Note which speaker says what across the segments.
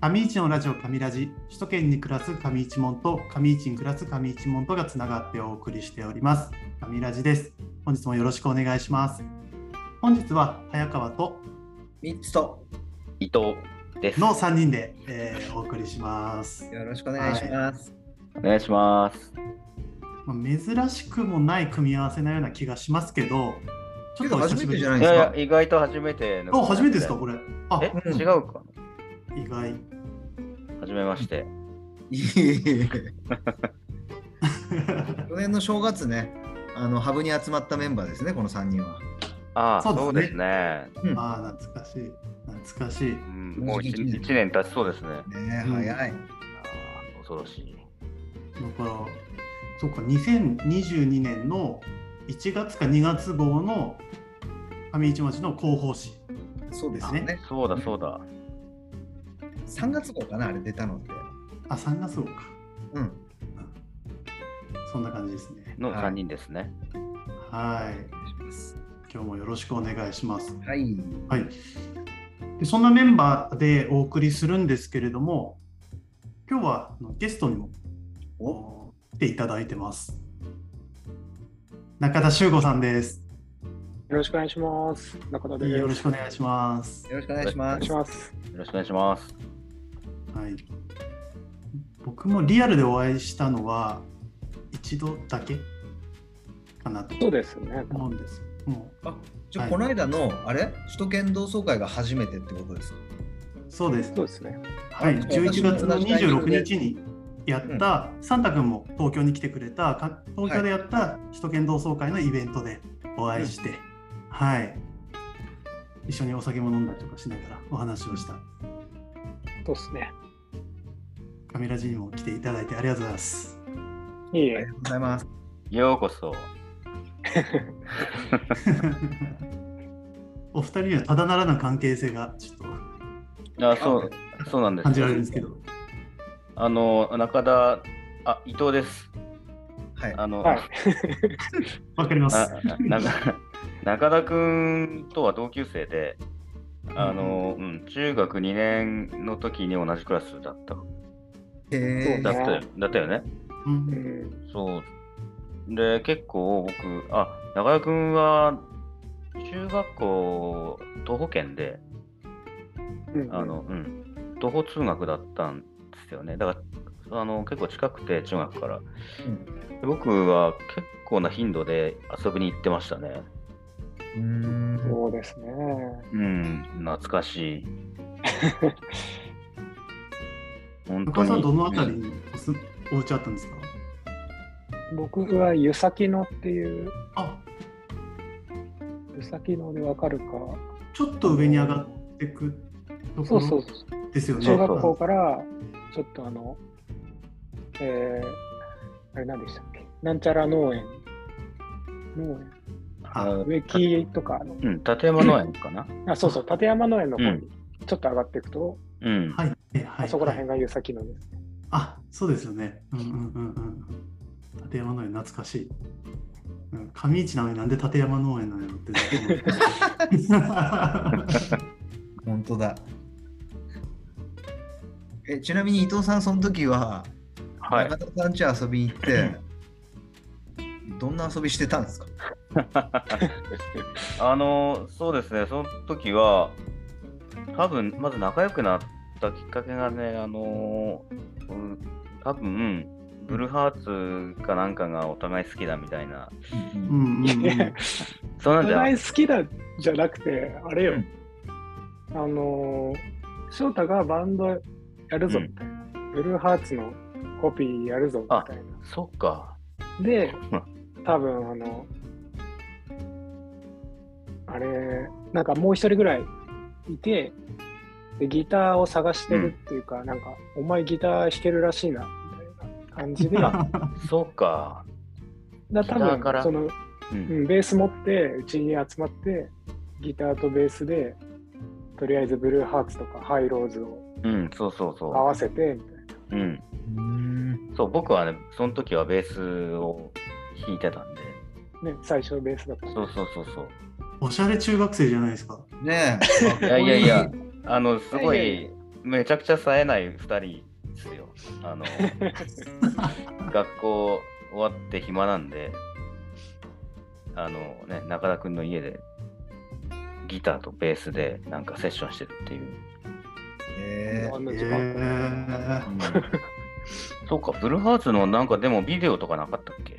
Speaker 1: 上市のラジオ上ラジ首都圏に暮らす上市門と上市に暮らす上市門とがつながってお送りしております上ラジです本日もよろしくお願いします本日は早川と
Speaker 2: ミッツと
Speaker 3: 伊藤です。
Speaker 1: の3人で、えーお送りします、
Speaker 2: よろしくお願いします。
Speaker 3: お願いします。
Speaker 1: まあ珍しくもない組み合わせなような気がしますけどちょっとお久しぶり
Speaker 2: けど初めてじゃない
Speaker 3: い
Speaker 2: です
Speaker 3: や
Speaker 2: か
Speaker 3: いや、意外と初めての。
Speaker 1: お初めてですかこれあ
Speaker 3: え、
Speaker 2: うん
Speaker 3: 違うか。
Speaker 1: 意外
Speaker 3: 初めまして。
Speaker 2: いえいえいえ去年の正月ね、あのハブに集まったメンバーですね、この3人は。
Speaker 3: ああ、
Speaker 1: そ
Speaker 3: そうう
Speaker 1: で
Speaker 3: ですすね。
Speaker 2: うん
Speaker 1: ああ懐かしい懐かしい
Speaker 3: うん
Speaker 2: も
Speaker 3: も
Speaker 2: う
Speaker 3: う
Speaker 2: じ
Speaker 3: 一
Speaker 2: き一年
Speaker 3: 一年経ちそうですね。
Speaker 2: ねえ
Speaker 1: うん
Speaker 2: 早い。
Speaker 3: ああ恐ろしい。
Speaker 1: だからそうか2022年の1月か2月号の上市町の広報誌
Speaker 2: そうですよね。
Speaker 3: そうだそうだ。
Speaker 2: 3月号かな、あれ出たのって。
Speaker 1: あ3月号か
Speaker 2: うん。
Speaker 1: そんな感じですね
Speaker 3: の
Speaker 2: はい
Speaker 3: 三人ですね。
Speaker 1: はい
Speaker 2: お願いします
Speaker 1: 今日もよろしくお願いします
Speaker 2: はい。
Speaker 1: はいでそんなメンバーでお送りするんですけれども今日はあのゲストにも
Speaker 2: お
Speaker 1: 来ていただいてます中田修吾さんです
Speaker 4: よろしくお願いします。中田です。
Speaker 1: よろしくお願いします
Speaker 2: よろしくお願いし
Speaker 4: お
Speaker 2: ま
Speaker 4: 願い
Speaker 2: す
Speaker 4: し。ます。
Speaker 3: よろしくお願いします。
Speaker 1: はい、僕もリアルでお会いしたのは一度だけかなと
Speaker 4: そうですね。
Speaker 1: 思うんですよ。も
Speaker 2: じゃあ、この間の、あれ首都圏同窓会が初めてってことですか
Speaker 1: うそうです。
Speaker 4: そうですね。
Speaker 1: はい、
Speaker 2: あそう
Speaker 1: 11月の
Speaker 2: 同じタイミングで
Speaker 1: 26日にやった、サンタ君も東京に来てくれたか東京でやった首都圏同窓会のイベントでお会いして、はい、一緒にお酒も飲んだりとかしながらお話をした
Speaker 4: そうですね。
Speaker 1: カメラジにも来ていただいてありがとうございます。
Speaker 4: いい
Speaker 2: あり
Speaker 4: え
Speaker 2: が。とうございます。
Speaker 3: ようこそ。
Speaker 1: お二人にはただならぬ関係性がちょっと
Speaker 3: あ、そう、そうなんです。
Speaker 1: 感じられるんですけど。
Speaker 3: あの、中田、あ、伊藤です。
Speaker 2: はい。
Speaker 3: あの、
Speaker 4: はい。
Speaker 1: わかりま
Speaker 3: あ
Speaker 1: す。
Speaker 3: な中中田くんとは同級生で、あの、うん、中学2年の時に同じクラスだった。
Speaker 2: へ
Speaker 3: だ
Speaker 4: そ
Speaker 3: っ
Speaker 4: う
Speaker 3: たよだったよね。
Speaker 1: う
Speaker 4: うんん。
Speaker 3: そう。で、結構僕、あ、中田くんは、中学校、徒歩圏で、
Speaker 4: うん
Speaker 3: あの、、うん、徒歩通学だったんですよね。だから、あの、結構近くて、中学から。で僕は結構な頻度で遊びに行ってましたね。
Speaker 2: え。うん。
Speaker 4: そうですね。
Speaker 3: うん、懐かしい。本
Speaker 1: 中
Speaker 3: 当
Speaker 1: 田さ
Speaker 3: に。
Speaker 1: ん、どのあたり
Speaker 3: うん
Speaker 1: におすお家あったんですか
Speaker 4: 僕は湯崎野っていう、
Speaker 1: あ
Speaker 4: 湯崎野でわかるか。
Speaker 1: ちょっと上に上がってくと
Speaker 4: そ
Speaker 1: こ
Speaker 4: うそう
Speaker 1: ろ
Speaker 4: そう。
Speaker 1: ですよね。
Speaker 4: 中学校から、ちょっとあの、えー、あれ何でしたっけ。なんちゃら農園。農園。
Speaker 1: あ
Speaker 3: あ
Speaker 4: 植木とかあの、
Speaker 3: うん、立山農園かな。
Speaker 4: あ、そうそう、立山農園の方
Speaker 3: う
Speaker 4: に、ちょっと上がっていくと、
Speaker 3: うん。
Speaker 1: はいはいはい。
Speaker 4: あそこら辺が湯崎野です。
Speaker 1: あそうですよね。うんうんうんうん。立山農園、懐かしい。うん上市なのになんで立山農園なのよ ってずっと思ってました
Speaker 2: 本当だ。えちなみに伊藤さん、その時は、
Speaker 3: はい。
Speaker 2: 中田さん家遊びに行って、どんな遊びしてたんですか
Speaker 3: あのそうですね、その時は、多分まず仲良くなったきっかけがね、あのうん多分ブルーハーツかなんかがお互い好きだみたいな、
Speaker 1: うんうんうん。
Speaker 3: そうなん
Speaker 4: お
Speaker 3: じゃな
Speaker 4: 互
Speaker 3: い
Speaker 4: い好きだじゃなくて、あれよ、
Speaker 2: うん
Speaker 4: あのー翔太がバンドやるぞみたいな、ブルーハーツのコピーやるぞみたい
Speaker 3: そっか。
Speaker 4: な。で、多分あの、あれ、なんかもう一人ぐらいいて、でギターを探してるっていうか、なんか、お前ギター弾けるらしいなみたいな感じ で、だ
Speaker 3: そっか。
Speaker 4: 多
Speaker 3: ギターから
Speaker 4: 分その、
Speaker 3: う。
Speaker 4: うんん、ベース持ってうちに集まってギターとベースでとりあえずブルーハーツとかハイローズを
Speaker 3: うん、そうそう
Speaker 4: 合
Speaker 3: そ
Speaker 4: わせてみたいな
Speaker 3: う。うん。
Speaker 2: うん
Speaker 3: そう、僕はね、その時はベースを弾いてたんで、
Speaker 4: ね、最初ベースだった
Speaker 3: そうそうそうそう。
Speaker 1: おしゃれ中学生じゃないですか。
Speaker 2: ねえ、
Speaker 3: いやいやいや、あの、すご
Speaker 4: いやい
Speaker 3: い、めちゃくちゃ冴えない2人ですよ。あの学校終わって暇なんで、あのね、中田くんの家でギターとベースでなんかセッションしてるっていう。
Speaker 2: え
Speaker 4: あん
Speaker 1: え
Speaker 4: な時間。
Speaker 1: ー
Speaker 3: そうか、ブルーハーツのなんかでもビデオとかなかったっけ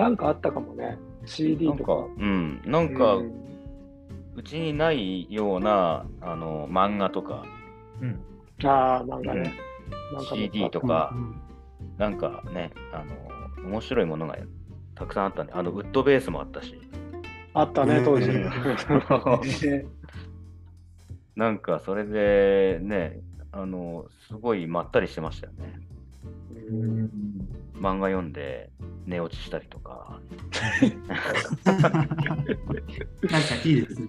Speaker 4: なんかあったかもね。CD
Speaker 3: なん
Speaker 4: と
Speaker 3: か
Speaker 4: か。、
Speaker 3: うん、なんかうちにないようなあの漫画とか、
Speaker 2: うん
Speaker 4: うんああ、なんか
Speaker 3: うん
Speaker 4: ね。なんか
Speaker 3: CD と
Speaker 1: うん
Speaker 3: か
Speaker 1: う、ん
Speaker 3: なんかね、あの、面白いものがたくさんあったんで、あの、ウッドベースもあったし、
Speaker 4: あったね、当時。
Speaker 1: うん
Speaker 3: なんかそれでね、あの、すごいまったりしてましたよね。
Speaker 2: うん
Speaker 3: 漫画読んで寝落ちしたりとか、
Speaker 1: なんかいいですね。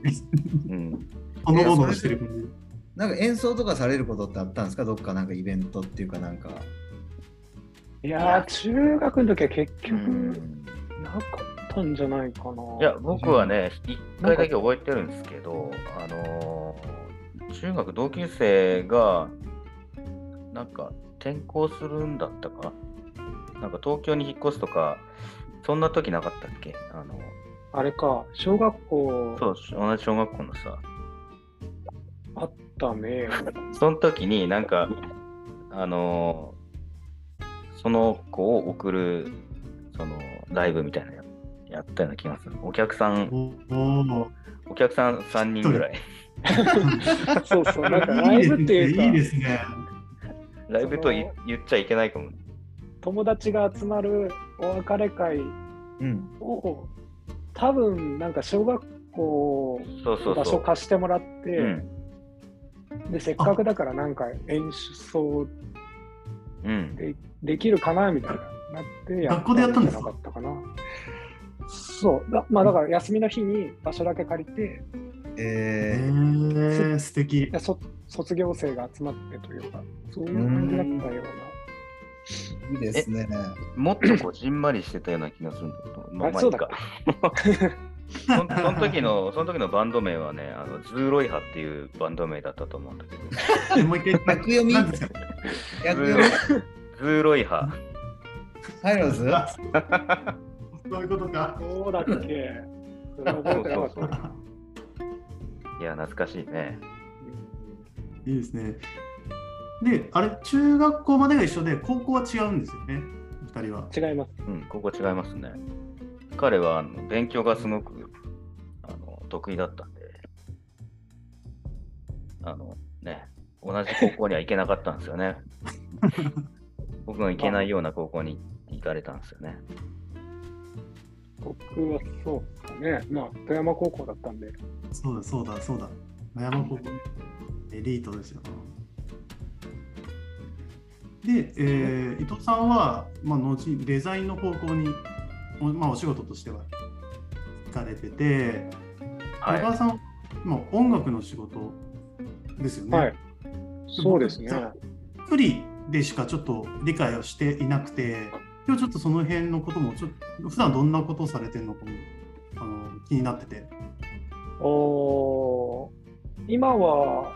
Speaker 3: うん、
Speaker 1: ほのぼのしてる感じ。
Speaker 2: なんか演奏とかされることってあったんですかどっかなんかイベントっていうかなんか。
Speaker 4: いやー、中学の時は結局、
Speaker 2: うん
Speaker 4: なかったんじゃないかな。
Speaker 3: いや、僕はね、一回だけ覚えてるんですけど、あのー中学同級生が、なんか転校するんだったかなんか東京に引っ越すとか、そんな時なかったっけあの、
Speaker 4: あれか、小学校
Speaker 3: そう、同じ小学校のさ、
Speaker 4: あっ たね。
Speaker 3: その時になんか、あのーその子を送る、その、ライブみたいなややったような気がする。お客さん、
Speaker 1: おお
Speaker 3: お客さん3人ぐらい。
Speaker 4: そうそう、なんかラ
Speaker 1: ー。
Speaker 4: イブっていうか、
Speaker 1: いいですね。
Speaker 3: ライブとい言っちゃいけないかも。
Speaker 4: 友達が集まるお別れ会
Speaker 2: うん。
Speaker 4: を、多分なんか小学校
Speaker 3: そうそう
Speaker 4: 場
Speaker 3: そ
Speaker 4: 所
Speaker 3: う。
Speaker 4: 貸してもらって、
Speaker 3: うん。
Speaker 4: でせっかくだからなんか演奏
Speaker 3: うん。
Speaker 4: できるかなみたいななって
Speaker 1: 学校でやったんですか
Speaker 4: じゃなかったかなそうだまあだから休みの日に場所だけ借りて
Speaker 1: え
Speaker 2: え
Speaker 1: ー、素敵。
Speaker 4: でそ卒業生が集まってというかそういう感じだったような
Speaker 2: ー、いいですね。
Speaker 3: もっとこじんまりしてたような気がするんだけ ど、まあ、
Speaker 4: あ
Speaker 3: まあい
Speaker 4: そ
Speaker 3: いう
Speaker 4: だ
Speaker 3: か。そんその時の、その時のバンド名はね、あの、ズーロイハっていうバンド名だったと思うんだけど、
Speaker 1: もう一回。
Speaker 2: 逆読み
Speaker 1: なんですか
Speaker 2: 逆読み
Speaker 3: ズーロイハ。
Speaker 2: ハイローズ
Speaker 1: あそういうことか。
Speaker 4: どうだっけ それ覚え
Speaker 3: そ
Speaker 4: てなかっ
Speaker 3: うそうそう
Speaker 4: た
Speaker 3: いや、懐かしいね。
Speaker 1: いいですね。で、あれ、中学校までが一緒で、高校は違うんですよね、二人は。
Speaker 4: 違います
Speaker 3: うん、ここ違いますね。彼は、あの勉強がすごく、あの、得意だったんで、あの、ね、同じ高校には行けなかったんですよね。僕が行けないような高校に行かれたんですよね。
Speaker 4: 僕はそうかねまあ富山高校だったんで
Speaker 1: そうだ、そうだ、そうだ。悩む方向エリートですよ。で、えー伊藤さんは、まあ、後にデザインの方向に、おまあ、お仕事としては行かれてて、
Speaker 3: はい。
Speaker 1: 中川さんは今音楽の仕事ですよね。
Speaker 4: はいそうですね
Speaker 1: くりでしかちょっと理解をしていなくて今日ちょっとその辺のこともちょっと普段どんなことをされてるのかもあの気になってて
Speaker 4: おー今は、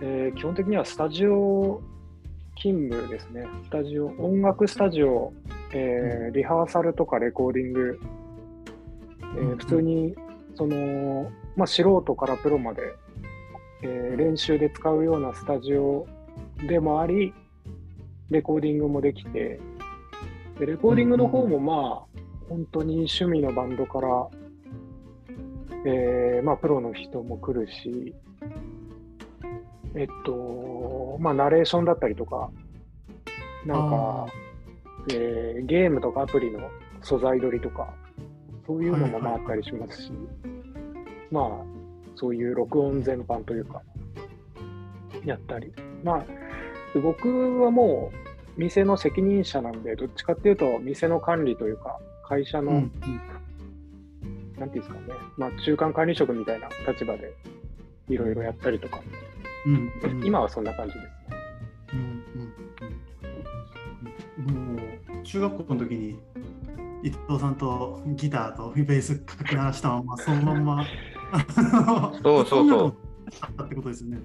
Speaker 4: えー基本的にはスタジオ勤務ですね。スタジオ、音楽スタジオ、えーリハーサルとかレコーディング、えー
Speaker 1: うんうん
Speaker 4: 普通に、その、まあ、素人からプロまで、えー練習で使うようなスタジオでもあり、レコーディングもできて、でレコーディングの方もまあ、本当に趣味のバンドから、えーまあ、プロの人も来るし、えっと、まあ、ナレーションだったりとか、なん
Speaker 1: あ
Speaker 4: か、えーゲームとかアプリの素材取りとか、そういうのもまああ
Speaker 1: はい
Speaker 4: ったりしますし、まあ、そういう録音全般というか、やったり。まあ、で僕はもう、店の責任者なんで、どっちかっていうと、店の管理というか、会社の、なんていうんですかね、まあ、中間管理職みたいな立場でいろいろやったりとか、
Speaker 1: うんうんうん
Speaker 4: 今はそんな感じですね。
Speaker 1: うんうんうんもう中学校の時に伊藤さんとギターとベースかき鳴らしたままそのまんま
Speaker 3: そうそうそう
Speaker 1: あったってことですよね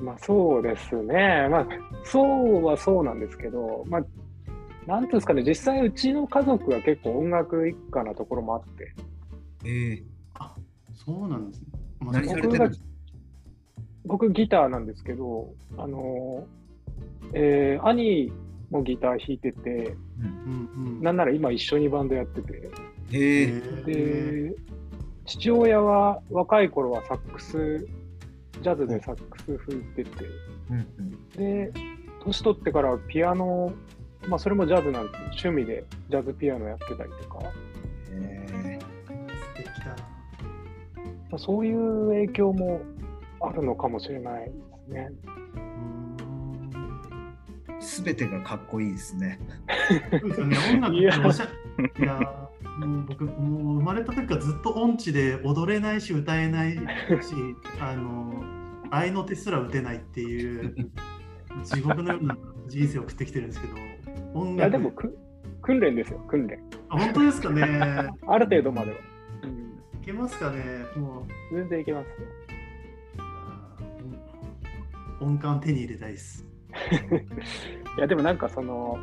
Speaker 4: まあそうですね、まあ、そうはそうなんですけど、まあ、なんていうんですかね、実際、うちの家族は結構音楽一家なところもあって、
Speaker 2: ええ
Speaker 1: あそうなんですね。まあ
Speaker 2: 何
Speaker 1: そ
Speaker 2: さ
Speaker 1: こ
Speaker 2: れてるん
Speaker 4: 僕が
Speaker 2: ですか
Speaker 4: 僕、ギターなんですけど、あのえー兄もギター弾いてて、
Speaker 1: うんうん
Speaker 4: なんなら今、一緒にバンドやってて、
Speaker 2: ええ
Speaker 1: え
Speaker 4: で父親は若い頃はサックス、ジャズでサックス吹いてて。
Speaker 2: うんうん
Speaker 4: で年取ってからピアノ、まあ、それもジャズなんですけど趣味でジャズピアノやってたりとか、ま
Speaker 2: え
Speaker 1: 素敵だな。
Speaker 4: あ、そういう影響もあるのかもしれないですね。
Speaker 1: うーん
Speaker 2: えすべてがかっこいいですね。
Speaker 1: そうですよね、音楽
Speaker 4: い
Speaker 1: っ
Speaker 4: や
Speaker 1: ておしゃいやもう僕もう生まれた時からずっと音痴で踊れないし歌えないしあの合いの手すら打てないっていう地獄のような人生を送ってきてるんですけど音
Speaker 4: いや
Speaker 1: 楽
Speaker 4: でもく訓練ですよ訓練
Speaker 1: あ本当ですかね
Speaker 4: ある程度までは、うん
Speaker 1: いけますかねもう
Speaker 4: 全然いけますよ
Speaker 1: あー音感手に入れたいです
Speaker 4: いやでもなんかその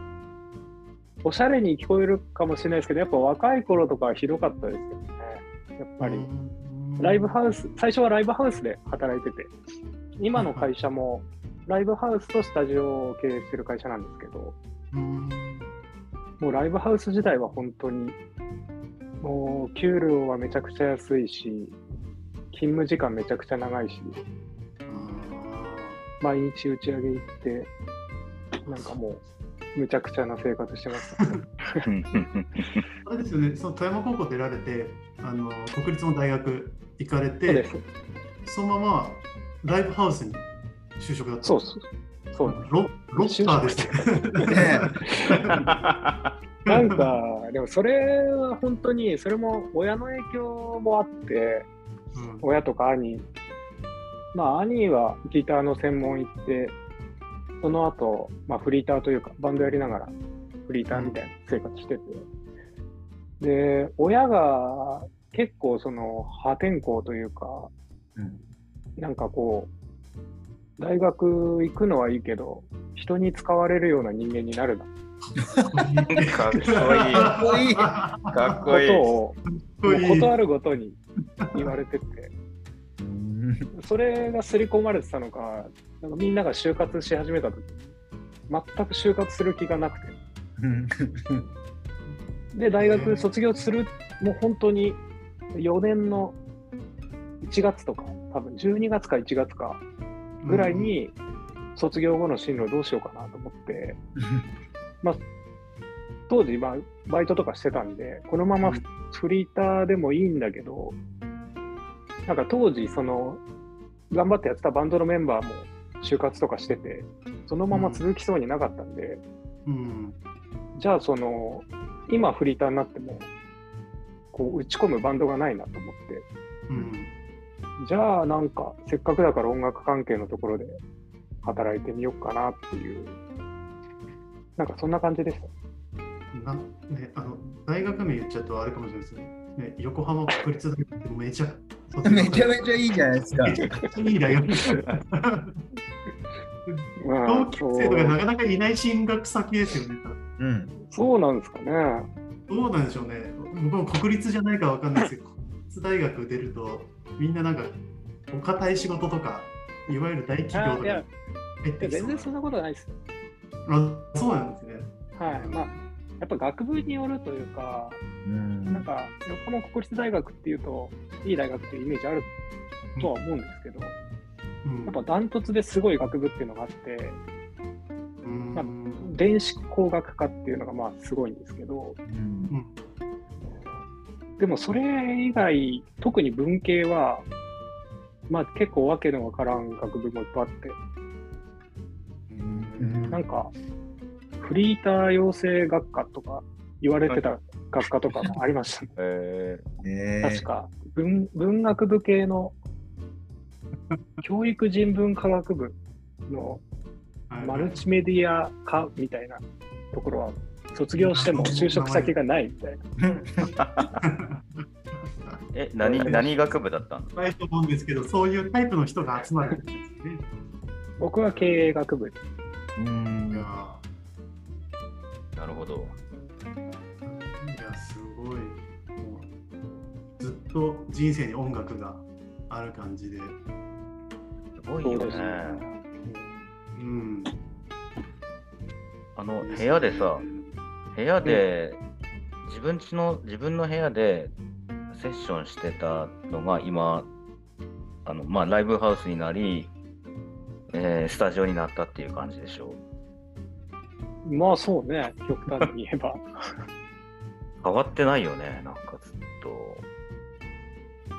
Speaker 4: おしゃれに聞こえるかもしれないですけどやっぱ若い頃とかはひどかったですよねやっぱり。ライブハウス、最初はライブハウスで働いてて、今の会社もライブハウスとスタジオを経営してる会社なんですけど、
Speaker 1: うーん
Speaker 4: もうライブハウス自体は本当に、もう給料はめちゃくちゃ安いし、勤務時間めちゃくちゃ長いし、
Speaker 1: あ
Speaker 4: 毎日打ち上げ行って、なんかもう、むちゃくちゃな生活してました。
Speaker 1: ーあれですよねその富山高校出られてあの国立の大学行かれ
Speaker 4: そうで
Speaker 1: て
Speaker 4: す。
Speaker 1: そのままライブハウスに就職だった
Speaker 4: そうそう。そうです
Speaker 1: ロロッカーですね。
Speaker 4: なんか、でもそれは本当に、それも親の影響もあって、
Speaker 1: うん
Speaker 4: 親とか兄まあ兄はギターの専門行ってその後、まあフリーターというかバンドやりながらフリーターみたいな生活してて、で親が結構その破天荒というか
Speaker 2: うん
Speaker 4: なんかこう大学行くのはいいけど人に使われるような人間になるな
Speaker 3: かっこいい
Speaker 1: かっこいい。
Speaker 2: か
Speaker 3: かっ
Speaker 4: こ
Speaker 3: こいい。
Speaker 4: とをもう断るごと に言われてて
Speaker 2: うん
Speaker 4: それが刷り込まれてたのか、なんかみんなが就活し始めた時全く就活する気がなくて、
Speaker 2: うん
Speaker 4: で、大学卒業する、もう本当に4年の1月とか、多分12月か1月かぐらいに、卒業後の進路どうしようかなと思って、当時、まあ、バイトとかしてたんで、このままフフリーターでもいいんだけど、なんか当時、その、頑張ってやってたバンドのメンバーも就活とかしてて、そのまま続きそうになかったんで、
Speaker 1: うん。
Speaker 4: じゃあ、その、今フリーターになっても、こう、打ち込むバンドがないなと思っ
Speaker 1: う
Speaker 4: て、
Speaker 1: ん。
Speaker 4: じゃあ、なんか、せっかくだから音楽関係のところで働いてみようかなっていう、なんかそんな感じです。
Speaker 1: なね、あの大学名言っちゃうとあれかもしれないですね。ね横浜国立大学ってめちゃ
Speaker 2: うん めちゃめ
Speaker 1: ち
Speaker 2: ちゃいいじゃないですか。
Speaker 1: めちゃくちゃいい大 学です。
Speaker 4: まあ
Speaker 1: 同級生とかなかなかいない進学先ですよね。
Speaker 2: うん。
Speaker 4: そうなんですかね。
Speaker 1: どうなんでしょうね。僕も国立じゃないからわかんないですけど、国立大学出ると、みんななんか、お堅い仕事とか、いわゆる大企業と
Speaker 4: いや
Speaker 1: か入って
Speaker 4: 全
Speaker 1: きそう
Speaker 4: 然
Speaker 1: な
Speaker 4: そんなことないです。
Speaker 1: あそうなんですね。
Speaker 4: はい。まあ、やっぱ学部によるというか、
Speaker 2: うん
Speaker 4: なんか、横浜国立大学っていうと、いい大学っていうイメージあるとは思うんですけど、や
Speaker 1: うん
Speaker 4: っぱダントツですごい学部っていうのがあって、
Speaker 1: うん
Speaker 4: まあ電子工学科っていうのがまあすごいんですけど、
Speaker 2: うん
Speaker 4: でもそれ以外、特に文系は、まあ結構わけのわからん学部もいっぱいあって、
Speaker 2: うん
Speaker 4: なんか、フリーター養成学科とか言われてた学科とかもありましたね。
Speaker 3: え
Speaker 2: ええ
Speaker 4: 確か文、文学部系の、教育人文科学部の
Speaker 1: はい
Speaker 4: マルチメディア科みたいなところは、卒業しても就職先がないみたいな。
Speaker 3: ーえ、何、何学部だったの
Speaker 1: ないと思うんですけど、そういうタイプの人が集まるんですね。
Speaker 4: 僕は経営学部
Speaker 2: う
Speaker 1: いや
Speaker 2: ーん。
Speaker 3: なるほど。
Speaker 1: ーいやすごいもうずっと人生に音楽がある感じで、
Speaker 3: すごい
Speaker 4: そう
Speaker 3: よ
Speaker 4: です
Speaker 3: ね。
Speaker 4: ね。
Speaker 1: うん、
Speaker 3: あの、部屋でさ、部屋で、自分ちの、自分の部屋でセッションしてたのが今、あの、まあ、ライブハウスになり、えースタジオになったっていう感じでしょ
Speaker 4: まあそうね、極端に言えば。
Speaker 3: 変わってないよね、なんかずっと。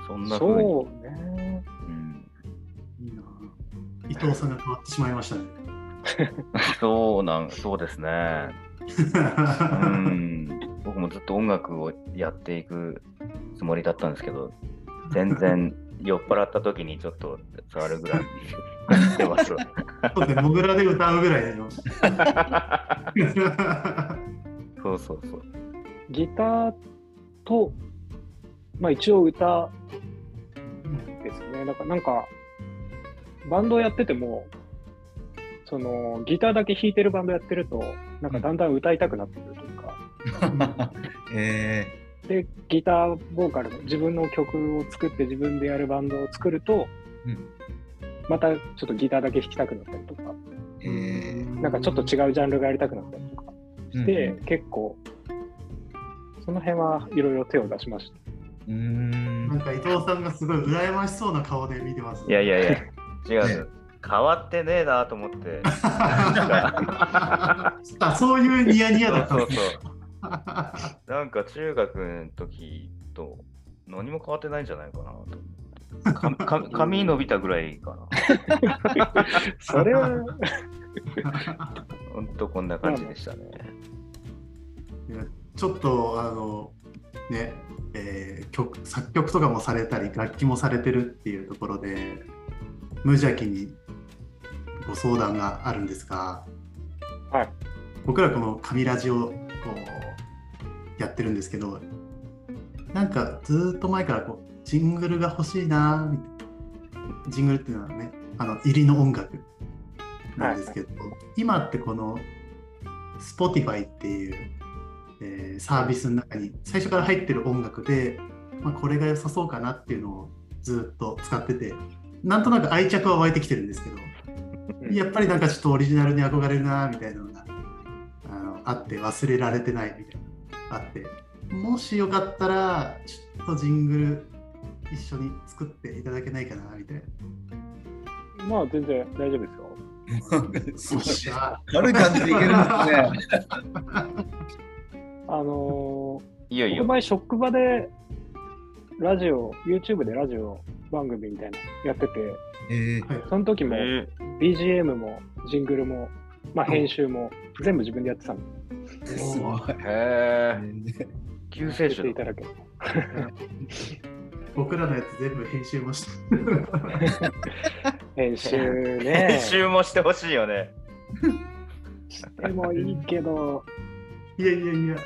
Speaker 3: そんな風に。
Speaker 4: そうね。
Speaker 3: うん
Speaker 1: いいな伊藤さんが変わってしまいましたね
Speaker 3: そうなん、そうですね。うん、僕もずっと音楽をやっていくつもりだったんですけど、全然酔っ払った時にちょっと触るぐらいになってますわ。
Speaker 1: そうですねモグラで歌うぐらいのう
Speaker 3: そうそうそう。
Speaker 4: ギターと、まあ一応歌
Speaker 1: ん
Speaker 4: ですね。だからなんか、バンドやってても、そのギターだけ弾いてるバンドやってると、なんかだんだん歌いたくなってくるというか、
Speaker 2: え
Speaker 4: で、ギターボーカルの自分の曲を作って自分でやるバンドを作ると、
Speaker 2: うん
Speaker 4: またちょっとギターだけ弾きたくなったりとか、
Speaker 2: ー、 え
Speaker 4: なんかちょっと違うジャンルがやりたくなったりとか
Speaker 2: ー。
Speaker 4: して、結構、その辺はいろいろ手を出しました。
Speaker 2: うん、うー
Speaker 1: なん
Speaker 2: ん。
Speaker 1: か伊藤さんがすごい羨ましそうな顔で見てます
Speaker 3: いやいやいや、違う。変わってねえなと思って。
Speaker 1: あそういうニヤニヤだった
Speaker 3: そ
Speaker 1: ん
Speaker 3: う
Speaker 1: で
Speaker 3: そう
Speaker 1: すね
Speaker 3: そう。なんか中学の時と何も変わってないんじゃないかなと。かか髪伸びたぐらいかな。
Speaker 4: それは、
Speaker 3: ほんとこんな感じでしたね。
Speaker 1: ちょっとあのね、えー曲作曲とかもされたり楽器もされてるっていうところで無邪気にご相談があるんですが、
Speaker 4: はい
Speaker 1: 僕らこの「神ラジオ」こうやってるんですけどなんかずーっと前からこうジングルが欲しいなーみたいなジングルっていうのはねあの入りの音楽なんですけど、今ってこの Spotify っていう、えーサービスの中に最初から入ってる音楽で、まあ、これが良さそうかなっていうのをずっと使っててなんとなく愛着は湧いてきてるんですけどやっぱりなんかちょっとオリジナルに憧れるなみたいなのがあのあって忘れられてないみたいなのがあってもしよかったらちょっとジングル一緒に作っていただけないかなみ たいな。
Speaker 4: まあ全然大丈夫ですよ。
Speaker 2: すごい
Speaker 1: ゃ
Speaker 2: 軽い感じでいけるんですね。
Speaker 4: あの
Speaker 3: いよい
Speaker 4: ー、
Speaker 3: よ。
Speaker 4: 僕前職場でラジオ、YouTube でラジオ番組みたいなのやってて、
Speaker 2: えー、
Speaker 4: その時も
Speaker 3: え
Speaker 4: BGM もジングルも、まあ、編集も全部自分でやってたんで、
Speaker 2: すごい。
Speaker 3: ーへえ。
Speaker 2: え
Speaker 3: 救世
Speaker 4: やって
Speaker 3: 主
Speaker 4: い
Speaker 3: だ
Speaker 4: た。だけ
Speaker 1: 僕らのやつ全部編集もして
Speaker 4: 編集ね
Speaker 3: 編。集もしてほしいよね。
Speaker 4: でもいいけど、
Speaker 1: いやいやいや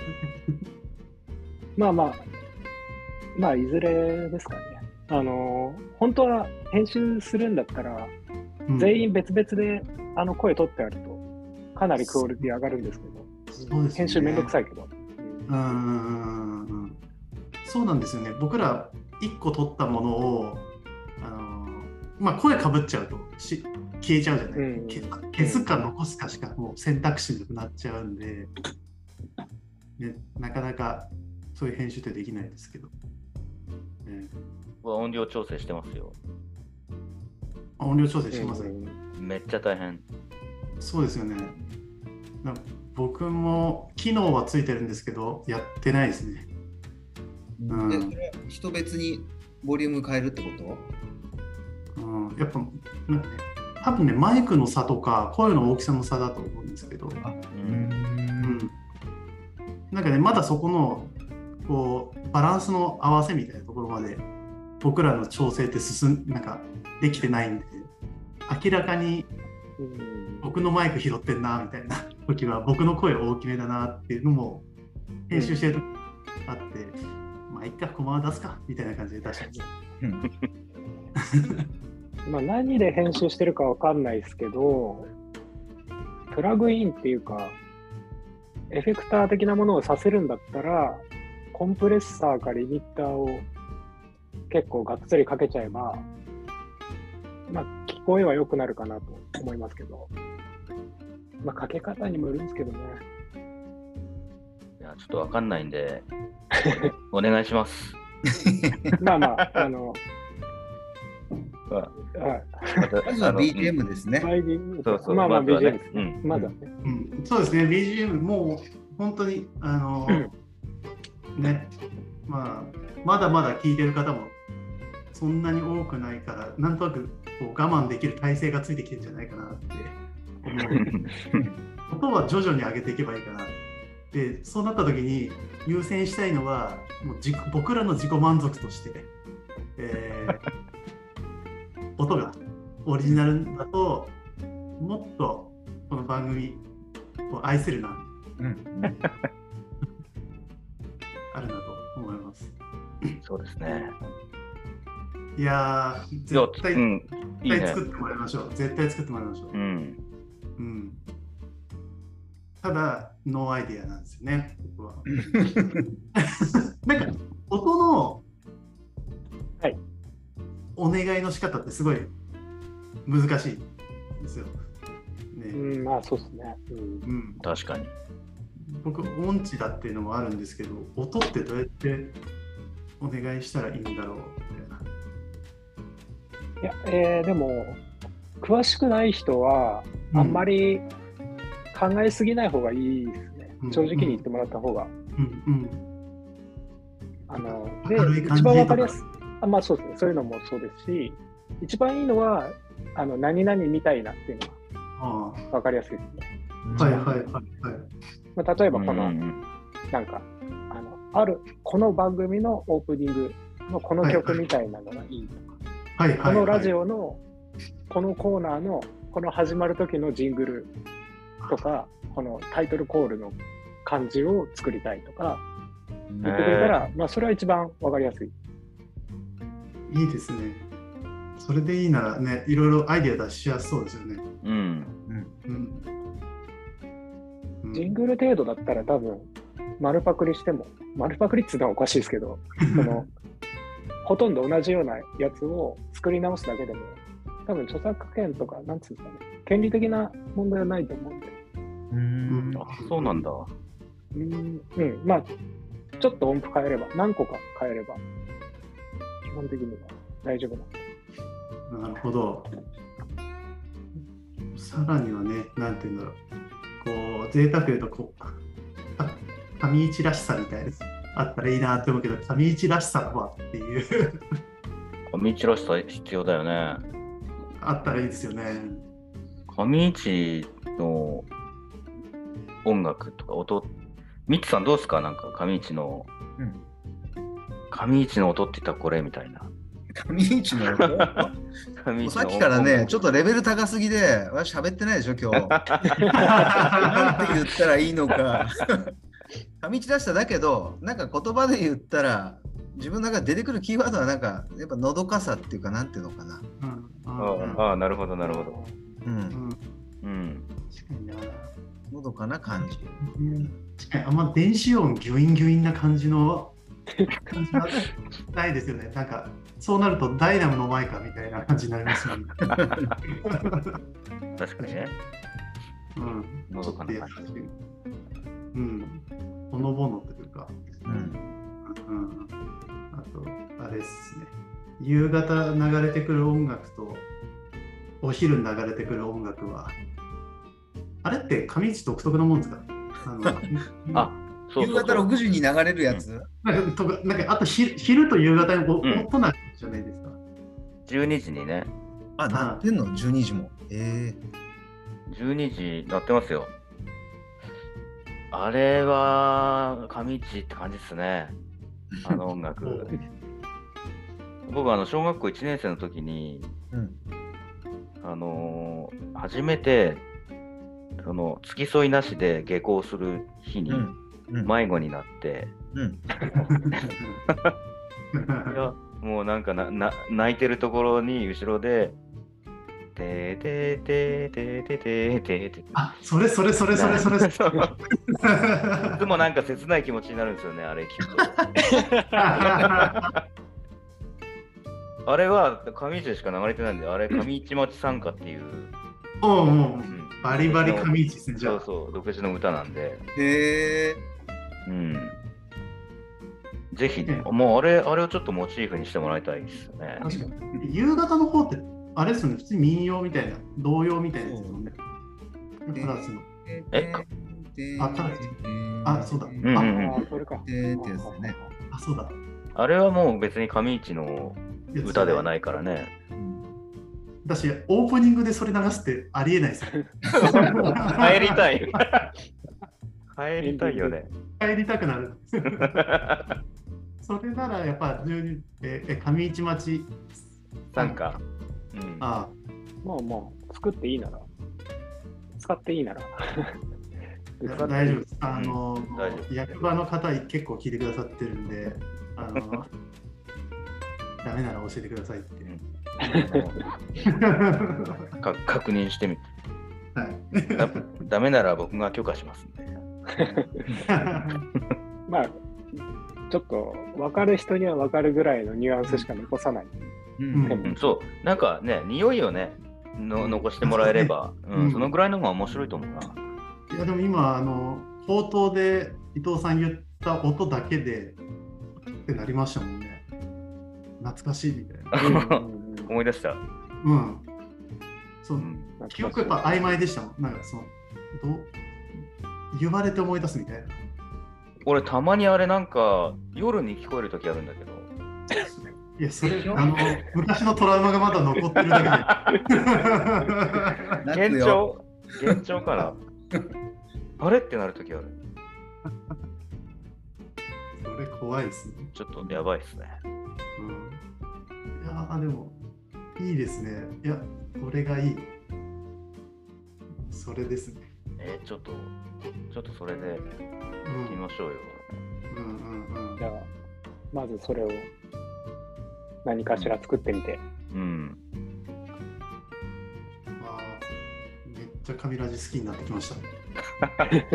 Speaker 4: まあまあ、まあいずれですかね。あのー、本当は編集するんだったら、
Speaker 1: うん
Speaker 4: 全員別々であの声取ってあると、かなりクオリティ上がるんですけど、
Speaker 1: そうですね
Speaker 4: 編集めんどくさいけど。
Speaker 1: うんうんうんうんうんそうなんですよね僕ら1個撮ったものを、あのーまあ、声かぶっちゃうとし消えちゃうじゃない、
Speaker 4: うん
Speaker 1: け消すか残すかしかもう選択肢なくなっちゃうんで、ね、なかなかそういう編集ってできないですけど、ね
Speaker 3: 僕は音量調整してますよ。
Speaker 1: あ音量調整してます、
Speaker 4: うん
Speaker 3: めっちゃ大変。
Speaker 1: そうですよねなんか僕も機能はついてるんですけどやってないですねうん
Speaker 2: それは人別にボリューム変えるってこと
Speaker 1: うんやっぱなんかね多分ねマイクの差とか声の大きさの差だと思うんですけど、
Speaker 3: う。
Speaker 2: うん
Speaker 1: うん、なんかねまだそこのこうバランスの合わせみたいなところまで僕らの調整って進んなんかできてないんで明らかに
Speaker 4: うん
Speaker 1: 僕のマイク拾ってんなみたいな時は僕の声大きめだなっていうのも編集してる時あって、まあいっか駒は出すかみたいな感じで出したんです
Speaker 2: うん
Speaker 4: まあ、何で編集してるかわかんないですけど、プラグインっていうか、エフェクター的なものをさせるんだったら、コンプレッサーかリミッターを結構がっつりかけちゃえば、まあ、聞こえは良くなるかなと思いますけど、まあ、かけ方にもよるんですけどね。
Speaker 3: いや、ちょっとわかんないんで、お願いします。
Speaker 4: まあまあ、あの、
Speaker 3: まあ
Speaker 4: はい。
Speaker 2: まずは
Speaker 3: あの
Speaker 2: BTM ですね。
Speaker 4: バイリン
Speaker 3: そうそう
Speaker 4: まあまあ、
Speaker 3: まずはね
Speaker 4: BGM ですね。
Speaker 3: うん
Speaker 4: まだね。
Speaker 1: うん、そうですね、BGM、もう本当に、あのーね、まあ、まだまだ聴いてる方もそんなに多くないから、なんとなくこう我慢できる体制がついてきてるんじゃないかなって思う。音は徐々に上げていけばいいかな。で、そうなった時に優先したいのは、もう自己僕らの自己満足として、えー 音がオリジナルだと、もっとこの番組を愛せるな、
Speaker 2: うん
Speaker 1: あるなと思います。
Speaker 3: そうですね。
Speaker 1: いやー、
Speaker 3: いや
Speaker 1: 絶対、
Speaker 3: うん、いい
Speaker 1: 絶対
Speaker 3: ね
Speaker 1: 作。ってもらいましょう。絶対作ってもらいましょう。
Speaker 3: うん。
Speaker 1: うん、ただ、ノーアイディアなんですよね、僕は。なんか音の、
Speaker 4: はい
Speaker 1: お願いの仕方ってすごい難しいんですよ。
Speaker 4: う
Speaker 1: ね
Speaker 4: ん、まあそうですね。うん
Speaker 1: うん、
Speaker 3: 確かに。
Speaker 1: 僕音痴だっていうのもあるんですけど音ってどうやってお願いしたらいいんだろうみたいない
Speaker 4: や、えーでも、詳しくない人は、あんま
Speaker 1: り、
Speaker 4: り考えすぎない方がいいですね。
Speaker 1: うん
Speaker 4: 正直に言ってもらった方が。
Speaker 1: うんうん
Speaker 4: あの
Speaker 1: 明る
Speaker 4: で、
Speaker 1: い感じ
Speaker 4: 一番わかりやすい。あまあそうですね。そういうのもそうですし、一番いいのは、あの何々みたいなっていうの
Speaker 1: あ
Speaker 4: がわかりやすいですね。
Speaker 1: あはいはいはいはい
Speaker 4: まあ、例えばこの、
Speaker 3: うんうん
Speaker 4: なんか、あの、ある、この番組のオープニングのこの曲みたいなのがいいとか、
Speaker 1: はいはい
Speaker 4: このラジ
Speaker 1: オ
Speaker 4: オの、このコーナーの、この始まる時のジングルとか、このタイトルコールの感じを作りたいとか言ってくれたら、まあ、それは一番わかりやすい。
Speaker 1: いいですねそれでいいならねいろいろアイディア出しやすそうですよね
Speaker 3: うん。
Speaker 1: うん、うん
Speaker 4: ジングル程度だったら多分、丸パクリしても、丸パクリっていうのはおかしいですけど、その、ほとんど同じようなやつを作り直すだけでも、多分著作権とか、なんつうんですかね、権利的な問題はないと思うんで、
Speaker 2: うん
Speaker 3: あ、そうなんだ。
Speaker 4: うーん、うん、まあ、ちょっと音符変えれば、何個か変えれば、基本的には大丈夫
Speaker 1: な
Speaker 4: な。
Speaker 1: るほど。さらにはね、なんて言うんだろう。こう、贅沢言うと、こう、あ上市らしさみたいです。あったらいいなって思うけど、上市らしさとはっていう、
Speaker 3: 上市らしさ必要だよね。
Speaker 1: あったらいいですよね。
Speaker 3: 上市の音楽とか音、ミッツさんどうですかなんか上市の、
Speaker 2: うん
Speaker 3: 上市の音って言ったらこれみたいな。
Speaker 2: 上市の音
Speaker 3: 上市の音
Speaker 2: さっきからね、ちょっとレベル高すぎで、私喋ってないでしょ、今日。なんて言ったらいいの か。上地らしさだけど、なんか言葉で言ったら、自分の中で出てくるキーワードは、なんか、やっぱのどかさっていうか、なんていうのかな。
Speaker 1: うんう
Speaker 3: あ
Speaker 1: ん
Speaker 3: あああ、なるほど、なるほど。
Speaker 2: う、
Speaker 1: うんん
Speaker 3: うん。
Speaker 1: 確かにな
Speaker 2: のどかな感じ。
Speaker 1: 確かにあんま電子音ギュインギュインな感じの感じはないですよね。なんかそうなるとダイナムの前かみたいな感じになりますよね。
Speaker 3: 確かにね。
Speaker 1: うん、
Speaker 3: のどかな感じ
Speaker 1: ちょっと優しいうん。ほのぼのというか、
Speaker 2: うん、
Speaker 1: うん。あと、あれですね。夕方流れてくる音楽と、お昼に流れてくる音楽は、あれって上市独特のもんですかあ の
Speaker 3: あそう
Speaker 2: 夕
Speaker 3: そう
Speaker 2: 方
Speaker 3: そう
Speaker 2: 6時に流れるやつ。
Speaker 1: なんかとかなんかあとひ昼と夕方にお
Speaker 3: うん
Speaker 1: 音なんじゃないですか、
Speaker 3: 12時にね、
Speaker 2: あ、なってんの ?12 時も。え
Speaker 3: 12時なってますよ。あれは、上市って感じですね。あの音楽。 僕、あの、小学校1年生の時に、
Speaker 2: えうん。
Speaker 3: あのー初めて、その、付き添いなしで下校する日に
Speaker 2: う、ん。うん。
Speaker 3: 迷子になって、
Speaker 2: うん。
Speaker 3: いやもうなんかなな泣いてるところに後ろでてててててててて。
Speaker 1: あ、それそれそれそれそれ。 それ
Speaker 3: いつもなんか切ない気持ちになるんですよね、あれ聞 くと。あれは上市でしか流れてないんで、あれ上市町参加っていう、
Speaker 1: おうお
Speaker 3: う
Speaker 1: うんバリバリ上市ですね、じゃ
Speaker 3: そう
Speaker 1: あ。
Speaker 3: そう、独自の歌なんで、
Speaker 2: へえ。
Speaker 3: うん。ぜひね、
Speaker 1: う
Speaker 3: もうあれ、あれをちょっとモチーフにしてもらいたいですよね。
Speaker 1: 確かに。夕方の方って、あれですよね、普通に民謡みたいな、童謡みたいなやつですもんね。プラスの。
Speaker 3: えか
Speaker 1: あったらあそうだ
Speaker 2: う
Speaker 3: うん
Speaker 2: ん
Speaker 3: う
Speaker 1: あ
Speaker 3: んうん
Speaker 4: あ、それか。
Speaker 2: でってやつだよね
Speaker 1: あ、そうだ。。
Speaker 3: あれはもう別に上市の歌ではないいからね。
Speaker 1: だし、オープニングでそれ流すってありえないですよ。
Speaker 3: 帰りた い。帰りたいよね。
Speaker 1: 帰りたくなる。それならやっぱ12ええ上市町
Speaker 3: 参加。うん
Speaker 1: あ
Speaker 4: まあまあ、作っていいなら。使っていいなら。
Speaker 1: あ大丈夫です。あの、
Speaker 3: 大丈夫
Speaker 1: 役場の方結構聞いてくださってるんで、あ のダメなら教えてくださいって。は
Speaker 3: か確認してみて。
Speaker 1: い。
Speaker 3: だダメなら僕が許可しますんで。
Speaker 4: まあ、ちょっと分かる人には分かるぐらいのニュアンスしか残さない。
Speaker 2: うん
Speaker 3: うんそう、なんかね、匂いをね、の残してもらえれ ば、
Speaker 1: う
Speaker 3: うんん、そのぐらいの方が面白いと思うな。
Speaker 1: いやでも今あの口頭で伊藤さん言った音だけでってなりましたもんね。懐かしいみたいな。
Speaker 3: 思い出した。
Speaker 1: うん。そううん記憶やっぱ曖昧でしたもん。なんかその、どう言われて思い出すみたいな。
Speaker 3: 俺、たまにあれなんか、夜に聞こえる時あるんだけど。
Speaker 1: いや、それ、あの、昔のトラウマがまだ残ってるだけで。
Speaker 2: 泣く
Speaker 3: 幻
Speaker 2: よ。
Speaker 3: 聴幻聴かなあれってなる時ある。
Speaker 1: それ怖いですね。
Speaker 3: ちょっとやばいですね。
Speaker 1: うん。いやー、でも、いいですね。いや、これがいい。それですね。
Speaker 3: えーちょっと、ちょっとそれで
Speaker 1: う
Speaker 3: 行き
Speaker 1: ん。
Speaker 3: ましょうよ。
Speaker 1: うんうん
Speaker 4: じゃあ、まずそれを何かしら作ってみて。
Speaker 3: うん。
Speaker 1: うん。わあめっちゃカミラジ好きになってきました。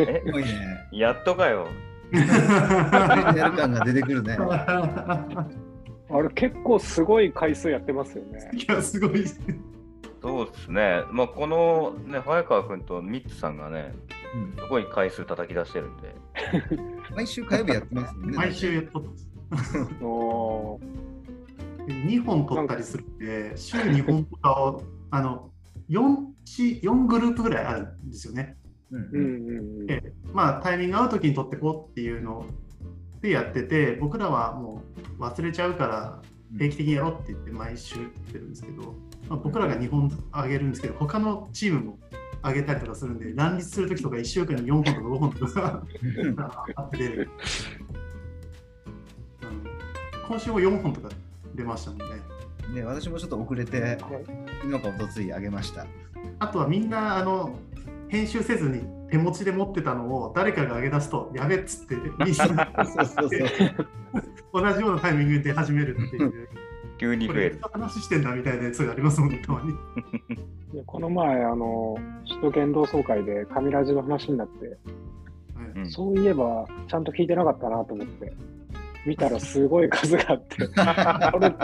Speaker 3: え
Speaker 2: すごいね。
Speaker 3: やっとかよ。
Speaker 2: オリジナル感が出てくるね。
Speaker 4: あれ、結構すごい回数やってますよね。
Speaker 1: いや、すごい。
Speaker 3: そうですね。まあ、この、ね、早川君とミッツさんがね、
Speaker 2: うん
Speaker 3: すごい回数叩き出してるんで。
Speaker 2: 毎週火曜日やってますもんね。
Speaker 1: 毎週やっとったんです。
Speaker 4: お
Speaker 1: 2本取ったりするんで、週2本とかをあの 4, 4グループぐらいあるんですよね。
Speaker 2: う
Speaker 4: うん
Speaker 2: ん。
Speaker 4: うん
Speaker 1: えまあ、タイミング合うときに取ってこうっていうのでやってて、僕らはもう忘れちゃうから、定期的にやろうって言って、毎週やってるんですけど、まあ、僕らが2本あげるんですけど、他のチームもあげたりとかするんで、乱立するときとか1週間に4本とか5本とか。
Speaker 2: うん
Speaker 1: あって出る。うん今週も4本とか出ましたもんね。
Speaker 2: ね、私もちょっと遅れて、
Speaker 4: うん
Speaker 2: 昨日かおとついあげました。
Speaker 1: あとはみんなあの編集せずに手持ちで持ってたのを誰かが上げ出すとやべっつ ってリストに
Speaker 2: そうそうそう。
Speaker 1: 同じようなタイミングで始めるっていう。
Speaker 3: 急に
Speaker 1: こ
Speaker 3: 増
Speaker 1: れ
Speaker 3: え
Speaker 1: 人
Speaker 3: る。
Speaker 1: と話してんだみたいなやつがありますもんね、たまに。
Speaker 4: でこの前、あの、首都圏同窓会で上ラジの話になって、
Speaker 1: はい
Speaker 3: うん
Speaker 4: そういえば、ちゃんと聞いてなかったなと思って、見たらすごい数が あって、あれ、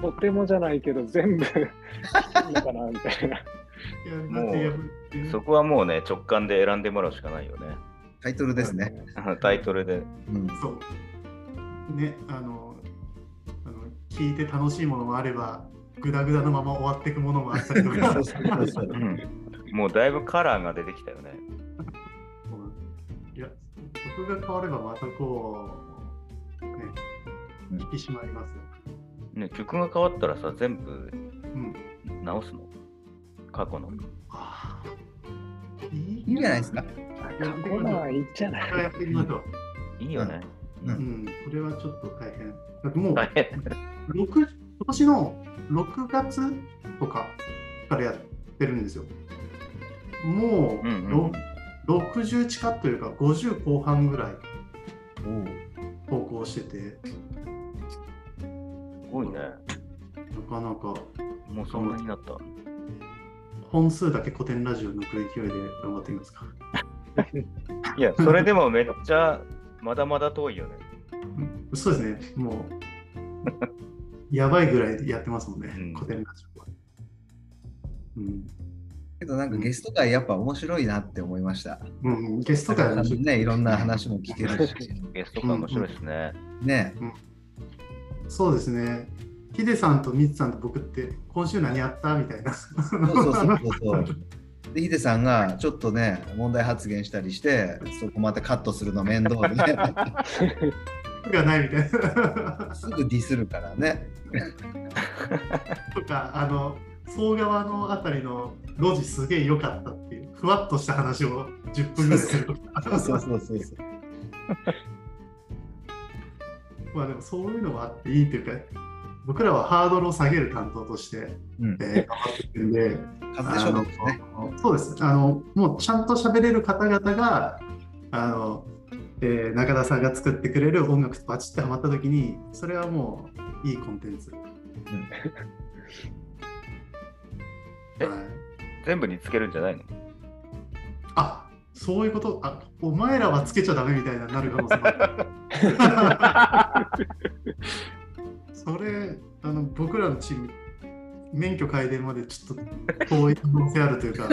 Speaker 4: とてもじゃないけど、全部、いいかな、みたいな。
Speaker 1: いやなんてやぶって
Speaker 3: そこはもうね、直感で選んでもらうしかないよね。
Speaker 2: タイトルですね。。
Speaker 3: タイトルで。
Speaker 2: うん。
Speaker 1: そう。ね、あの、あの聞いて楽しいものもあれば、ぐだぐだのまま終わっていくものもあったりとか。
Speaker 2: そうそうそう
Speaker 3: う。ん。もうだいぶカラーが出てきたよね。
Speaker 1: いや、曲が変わればまたこう、ね
Speaker 2: うん、
Speaker 1: 引き締まりますよ。
Speaker 3: ね曲が変わったらさ、全部
Speaker 1: うん。
Speaker 3: 直すの過去の。
Speaker 1: あーい
Speaker 2: いいんじゃないですか。
Speaker 1: や
Speaker 4: 過
Speaker 1: ってみ
Speaker 4: 去の
Speaker 1: ましょ
Speaker 4: はいいじゃな
Speaker 1: う。や
Speaker 4: い。
Speaker 1: ってみましょう。
Speaker 3: いいよね。
Speaker 2: う
Speaker 1: うんん、これはちょっと大変。だってもう、
Speaker 3: 大
Speaker 1: 6
Speaker 3: 変。
Speaker 1: 今年の6月とかからやってるんですよ。もう、
Speaker 3: うんうん
Speaker 1: ろ60近くというか、50後半ぐらい
Speaker 2: おう
Speaker 1: 投稿してて、
Speaker 3: すごいね。
Speaker 1: なかなか。
Speaker 3: もうそんなになった。
Speaker 1: 本数だけ古典ラジオ抜く勢いで頑張ってみますか。
Speaker 3: いや、それでもめっちゃまだまだ遠いよね。
Speaker 1: うんそうですね、も う、やばいぐらいやってますもんね、
Speaker 3: うん
Speaker 1: 古典ラジオは。うん
Speaker 2: けどなんかゲスト会やっぱ面白いなって思いました。
Speaker 1: うんうん、ゲスト会は面白い
Speaker 2: ね、いろんな話も聞けるし。
Speaker 3: ゲスト感面白いですね。
Speaker 2: ね。
Speaker 1: そうですね。ヒデさんとミツさんと僕って今週何やったみたいな。
Speaker 2: そうそうそうそうそう。で、ヒデさんがちょっとね、問題発言したりして、そこまたカットするの面倒でね、
Speaker 1: がないみたいな。
Speaker 2: すぐディスるからね。
Speaker 1: とか、あの、総川のあたりの路地すげえ良かったっていう、ふわっとした話を10分ぐらいすると
Speaker 2: そうそう
Speaker 1: か。
Speaker 2: そうそう。
Speaker 1: まあでもそういうのはあっていいというか、僕らはハードルを下げる担当として、
Speaker 2: うん。
Speaker 1: えー頑張ってるんで、
Speaker 2: 風で勝負ですね。
Speaker 1: あのそうですあのもうちゃんと喋れる方々があの、えー中田さんが作ってくれる音楽とバチッてハマった時にそれはもういいコンテンツ、
Speaker 3: え
Speaker 1: はい、
Speaker 3: 全部につけるんじゃないの
Speaker 1: あそういうことあお前らはつけちゃダメみたいになる可能性もあるそれあの僕らのチーム免許改伝までちょっと遠い可能性あるというか。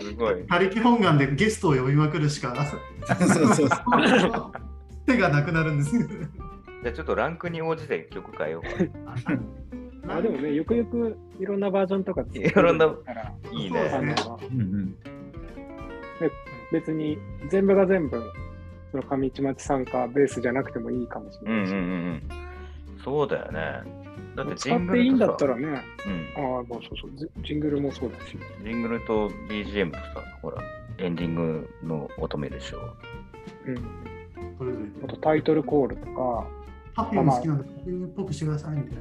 Speaker 3: すごい。
Speaker 1: 他力本願でゲストを呼びまくるし か
Speaker 2: そうそうそう。
Speaker 1: 手がなくなるん です。
Speaker 3: じゃあちょっとランクに応じて曲変えようか。
Speaker 4: まあでもね、ゆくゆくいろんなバージョンとか作って
Speaker 3: いろんな
Speaker 4: から
Speaker 3: いい
Speaker 1: そうです
Speaker 4: あ
Speaker 1: ね
Speaker 3: ね。
Speaker 4: の
Speaker 2: うんうん。
Speaker 4: 別に全部が全部、その上市町さんかベースじゃなくてもいいかもし
Speaker 3: う
Speaker 4: れ
Speaker 3: んうん
Speaker 4: ないし、
Speaker 3: うんうん。そうだよね。だってジ
Speaker 4: 使
Speaker 3: ン
Speaker 4: っ
Speaker 3: グルとさ
Speaker 4: ていいんだったらね、
Speaker 3: うん
Speaker 4: ああ、まあそうそうジ、ジングルもそうだし、
Speaker 3: ジングルと BGM とさ、ほら、エンディングの乙女でしょ。
Speaker 4: うん、
Speaker 1: それぞ
Speaker 4: あ
Speaker 1: れ
Speaker 4: とタイトルコールとか、
Speaker 1: パフューム好きなんで、パフュームっぽくしてくださいみたい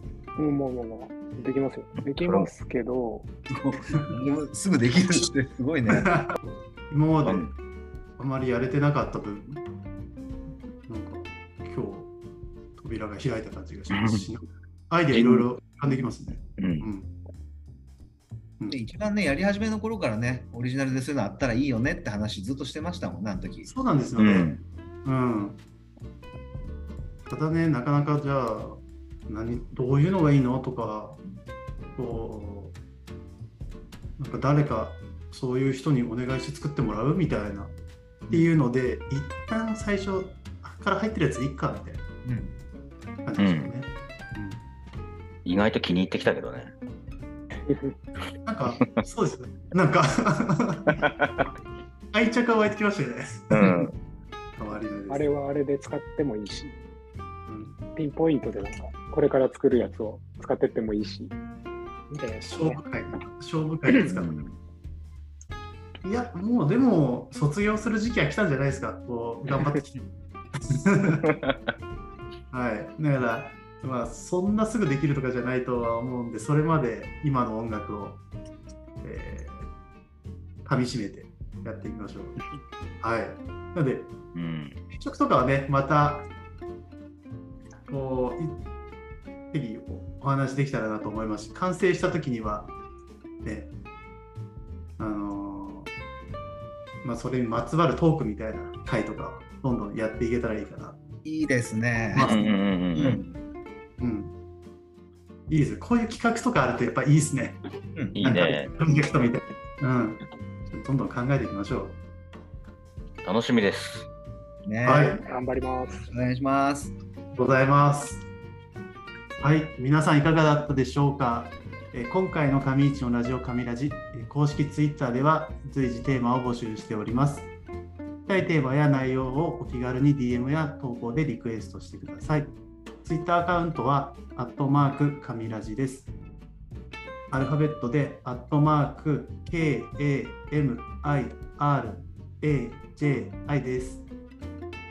Speaker 1: な。
Speaker 4: もうもうもうもうできますよ。できますけど、
Speaker 2: もうすぐできるってすごいね。
Speaker 1: 今まで
Speaker 3: うん
Speaker 1: あまりやれてなかった分、なんか今日、扉が開いた感じがします し、アイデアいろいろ浮かんできますね。
Speaker 3: うん
Speaker 1: う。んうん
Speaker 2: で 一番ね、やり始めの頃からね、オリジナルでそういうのあったらいいよねって話ずっとしてましたもんね、あの時。
Speaker 1: そうなんですよ
Speaker 3: う
Speaker 1: ね。
Speaker 3: ん。
Speaker 1: うん。ただね、なかなかじゃあ、何どういうのがいいのとか、こう、なんか誰かそういう人にお願いして作ってもらうみたいな、っていうので、一旦最初から入ってるやついっかみたい
Speaker 2: うん
Speaker 1: な感じですよね。
Speaker 3: 意外と気に入ってきたけどね。
Speaker 1: うんなんか、そうですよね。なんか、愛着は湧いてきましたよね。
Speaker 3: うん。
Speaker 1: 変わり目です。
Speaker 4: あれはあれで使ってもいいし、
Speaker 1: うん
Speaker 4: ピンポイントでなんか、これから作るやつを使ってってもいいし、みたいな、ね。
Speaker 1: 勝負会、勝負会ですから。いや、もうでも、卒業する時期は来たんじゃないですか、こう頑張ってきて。はい、だから、まあ、そんなすぐできるとかじゃないとは思うんで、それまで今の音楽を、えー、噛みしめてやっていきましょう。はい。なので、
Speaker 3: うん。
Speaker 1: 転職とかはね、また、こうい、適宜お話できたらなと思いますし、完成した時には、ね、あのーまあ、それにまつわるトークみたいな回とかをどんどんやっていけたらいいかな。
Speaker 2: いいですね。
Speaker 1: まあ
Speaker 3: うんうんうんうん。
Speaker 1: うん。いいですね。こういう企画とかあるとやっぱいいですね。
Speaker 2: うん
Speaker 3: いいね。
Speaker 1: プロジェクトみたいな。うん。どんどん考えていきましょ
Speaker 3: 楽しみです。
Speaker 2: ね、
Speaker 1: う。はい。
Speaker 4: 頑張ります。
Speaker 2: お願いします。
Speaker 1: ございます。はい、皆さんいかがだったでしょうか。えー今回の上市のラジオ上ラジ、えー公式ツイッターでは随時テーマを募集しております。聞きたいテーマや内容をお気軽に DM や投稿でリクエストしてください。ツイッターアカウントは、アットマーク上ラジです。アルファベットで、アットマーク KAMIRAJI です。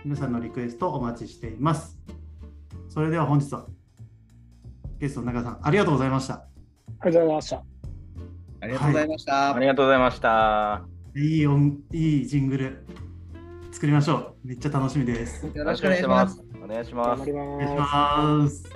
Speaker 1: 皆さんのリクエストお待ちしています。それでは本日はゲストの中田さんありがとうございました。
Speaker 4: ありがとうございました。
Speaker 2: ありがとうございました。
Speaker 3: ありがとうございました。
Speaker 1: いい音、いいジングル作りましょう。めっちゃ楽しみです。
Speaker 2: よろしくお願いします。
Speaker 3: お願いし
Speaker 4: 頑
Speaker 3: ま
Speaker 4: 張
Speaker 3: す
Speaker 4: り。
Speaker 1: お願いし
Speaker 4: ます。
Speaker 1: ます。